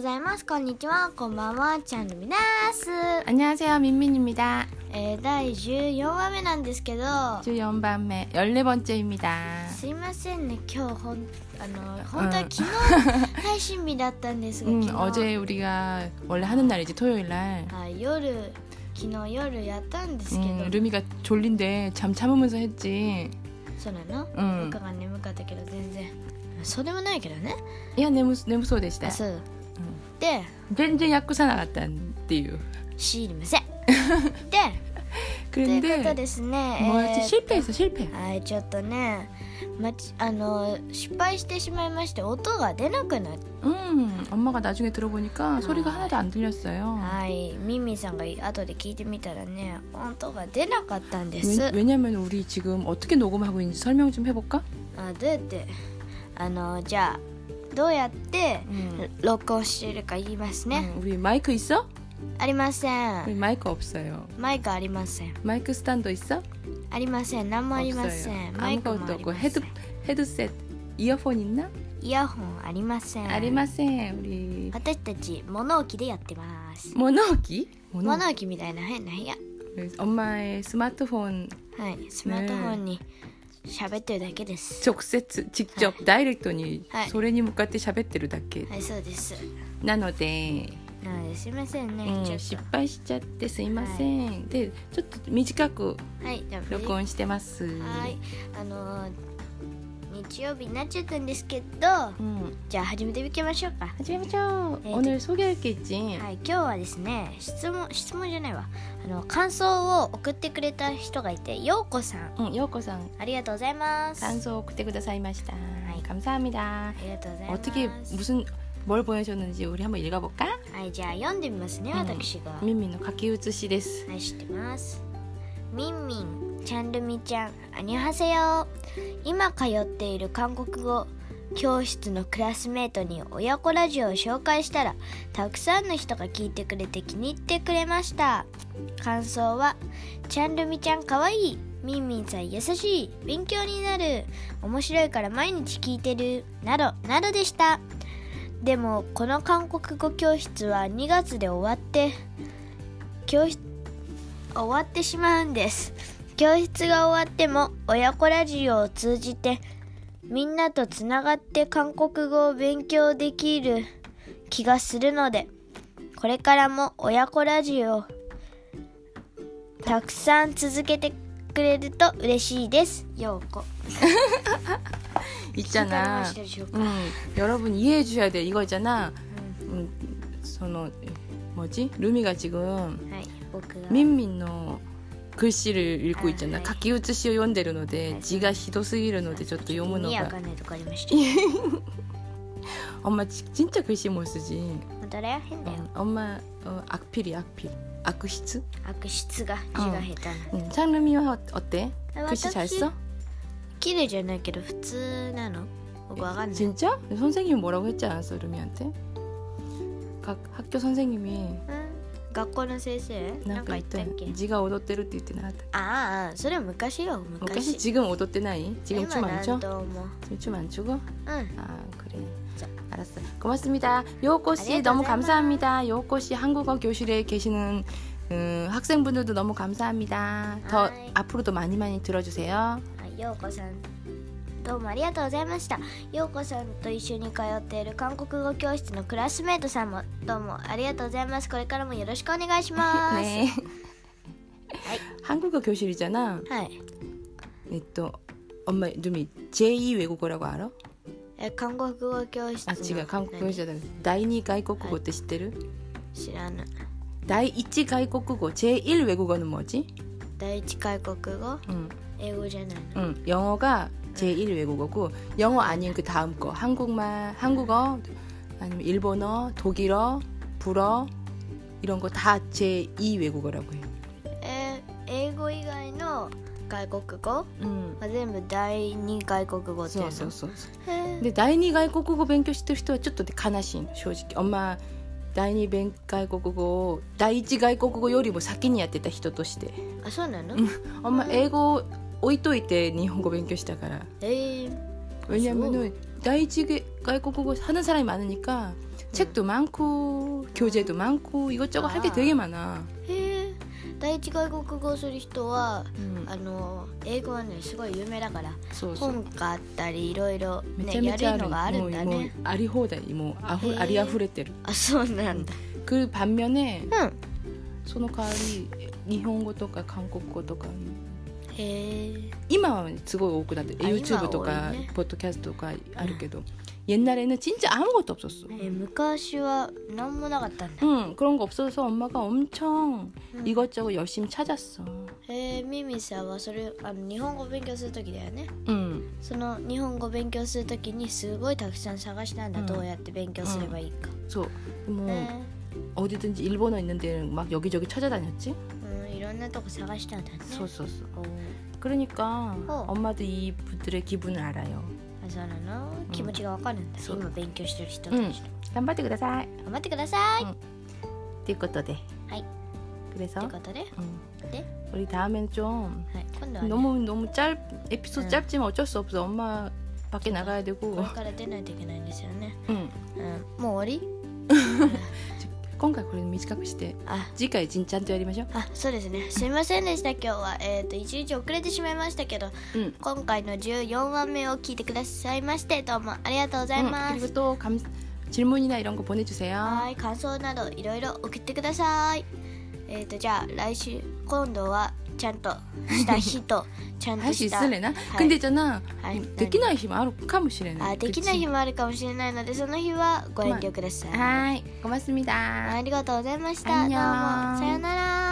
ざいます。こんにちは、こんばんは、ちゃんるみです。 안녕하세요 민민입니다. えー、第14話目なんですけど、 14번째 14번째입니다. すいませんね、今日ほん、あの、本当は昨日配信日だったんです が、 음, 昨日、 어제 우리가 원래 하는 날이지 토요일 날. あ夜、昨日夜やったんですけど、 음, 루미가 졸린데 잠 참으면서 했지. 음. そうなの、うん僕が眠かったけど全然、そうでもないけどね。 야 내무 내무소 되시다. あそう。 음. で、 전전 약구사 나갔단데요. 知りま せん。で、ということ 그런데 ですね、 뭐였지 えー 실패했어 실패. はい、ちょっとね、まち、あの失敗してしまいまして音が出なくなっ 음 엄마가 나중에 들어보니까 소리가 하나도 안 들렸어요. はいミミさんが後で聞いてみたらね音が出なかったんです 왜, 왜냐면 우리 지금 어떻게 녹음하고 있는지 설명 좀 해볼까? あどうやってあのじゃあどうやってうん録音してるか言いますね、 음, 우리 마이크 있어? ありませ 우리 ん 마이크 없어요. マイクありません 마이크 스탠드 있어? ありません何もありませ 없어요. んマイクもあ 아무것도 り 없고 ませ 헤드 ん 헤드셋 이어폰 있나? イヤホンありません 아리마센 우리 私たち物置でやってます、 모노기 物置みたいな変な部屋 엄마의 스마트폰 はい、スマートフォンに喋ってるだけです。 적세츠 직접 다이렉트니 하이. 소래니 묵가테 샤베테르 다케 はい、そうです。 나노데 なので、すいませんね、ちょっ失敗しちゃってすいませんで、ちょっと短くと。はい、じゃあ、録音してますはい、あのー日曜日になっちゃったんですけど、 음, じゃあ始めていきましょうか。 하지마죠 네, 오늘 소개할 게 있지 はい、今日はですね、質問、質問じゃないわ。あの、感想を送ってくれた人がいて、ようこさん、 응, 요코상 ありがとうございます。あ 간소 그때 그다사이마시다 하이. 감사합니다 りがとうございます。 어떻게 무슨 뭘 보내셨는지 우리 한번 읽어볼까? はい、じゃあ読んでみますね、うん私が。 민민의 가키우츠시です. はい、知ってます。みんみん、ちゃんるみちゃん、あにょはせよ。今通っている韓国語教室のクラスメートに親子ラジオを紹介したら、たくさんの人が聞いてくれて気に入ってくれました。感想は、ちゃんるみちゃんかわいい。みんみんさん優しい。勉強になる。面白いから毎日聞いてる。など、などでした。でも、この韓国語教室は2月で終わって、教室、終わってしまうんです教室が終わっても親子ラジオを通じてみんなとつながって韓国語を勉強できる気がするのでこれからも親子ラジオをたくさん続けてくれると嬉しいですようこ 있잖아. 기다려 주실까요? 음, 여러분 이해해 주셔야 돼. 이거 있잖아. 음, 선호 뭐지? 루미가 지금 はい僕が 민민의 글씨를 읽고 아, 있잖아. 하이. 가키우츠시 하이. 요온데르노데 지가 히도스기르노데 저도 意味わ 요무노가 かんないとこありました 엄마 지- 진짜 글씨 못 쓰지. 本当だよ変だよ 어, 엄마 어, 악필이 악필. 악시츠? 悪質が字が下手な 음, 장르미와 어- 어때? 아, 글씨 잘 맞았지. 써? 綺麗じゃないけど普通なの僕わかんない 진짜? 선생님이 뭐라고 했지 않았어 루미한테? 각 학교 선생님이 うん学校の先生なんか言ったっけ 네가 오도때로 때ってなかったああそれは昔よ昔昔 그러니까 지금 오도때 나이? 지금 今 춤안 なん 춰? とも 지금 춤안 추고? うん 아 그래 자. 알았어 고맙습니다 요코 씨 아리가토 너무 고자이마스. 감사합니다 요코 씨 한국어 교실에 계시는 음, 학생분들도 너무 감사합니다 더 아이. 앞으로도 많이 많이 들어주세요 あようこさんどうもありがとうございましたようこさんと一緒に通っている韓国語教室のクラスメートさんもどうもありがとうございますこれからもよろしくお願いし ます、 네 한국어 교실이잖아 はい 네 또 엄마 루미 제2 외국어라고 알아? え韓国語教室あの違う 네. 韓国語じゃない第2外国語って知ってる、知らない第1外国語제1 외국어는 뭐지? 第一外国語 응, 英語じゃないの 응. 음, 영어가 제1 외국어고 영어 아닌 그 다음 거 한국말 한국어 아니면 일본어 독일어 불어 이런 거 다 제2 외국어라고 해요 えー英語以外の外国語は 응. 全部第二外国語っていう 그래서 の 그래서- 그래서. へー 근데 第2 외국어 勉強してる人はちょっと悲しい正直 엄마 第2外国語を第1外国語よりも先にやってた人としてあそうなの、あんま英語置いといて日本語勉強したからえー 왜냐면은 나이 지게 외국어 하는 사람이 많으니까 책도 많고 교재도 많고 이것저것 할 게 아. 되게 많아. へえ第一外国語をする人は 음, あの英語はねすごい有名だから 소- 소- 本買ったりいろいろめねちゃやめちゃあるるのがあるんだもうねもうあり放題もうあふへーありあふれてるあそうなんだ뭐 그 반면에 うその代わり日本語とか韓国語とかんへえ今はすごい多くなってるあ YouTube と今はか多いねポッドキャストとかあるけど옛날에는 진짜 아무것도 없었어 え昔は何もなかったんだ 응 그런 거 없어서 엄마가 엄청 음. 이것저것 열심히 찾았어 へえミミさんはそれあの日本語を勉強する時だよね 응, その日本語を勉強する時にすごいたくさん探したんだ、うんどうやって勉強すればいいか、 그래서 뭐 ね 어디든지 일본어 있는 데는 막 여기저기 찾아다녔지 うん、いろんなとこ探したんだね 소소소 おー 그러니까 어. 엄마도 이분들의 기분을 알아요 あそうなの気持ちがわかるんだ、そう今勉強してる人たちの 응, 깜빡이 그다사이 頑張ってください、うん 띠꺼떠 아, 네 돼 はいと 그래서 いうことで、 응. 네? 우리 다음엔 좀 はい、今度は、ね、 너무 너무 짧 에피소드 응. 짧지만 어쩔 수 없어 엄마 밖에 나가야 こ 되고 れから出ないといけないんですよね、 응. うん、もう終わり今回これ短くしてあ次回ちゃんとやりましょうあそうですねすいませんでした今日はえっ、と一日遅れてしまいましたけど 응. 今回の14話目を聞いてくださいましてどうもありがとうござい 응, ます、 그리고 또 감, 질문이나 이런 거 보내주세요. はい感想などいろいろ送ってくださいえっ、とじゃあ来週今度はちゃんとした日 とちゃんと 할 수 した 있을래나? 근데 있잖아. 아이, 느끼나 힘 아로 까무시래네. あできない日もあるかもしれないのでその日はご遠慮ください、 하이. 고맙습니다. ありがとうございましたどうもあんにょーんさようなら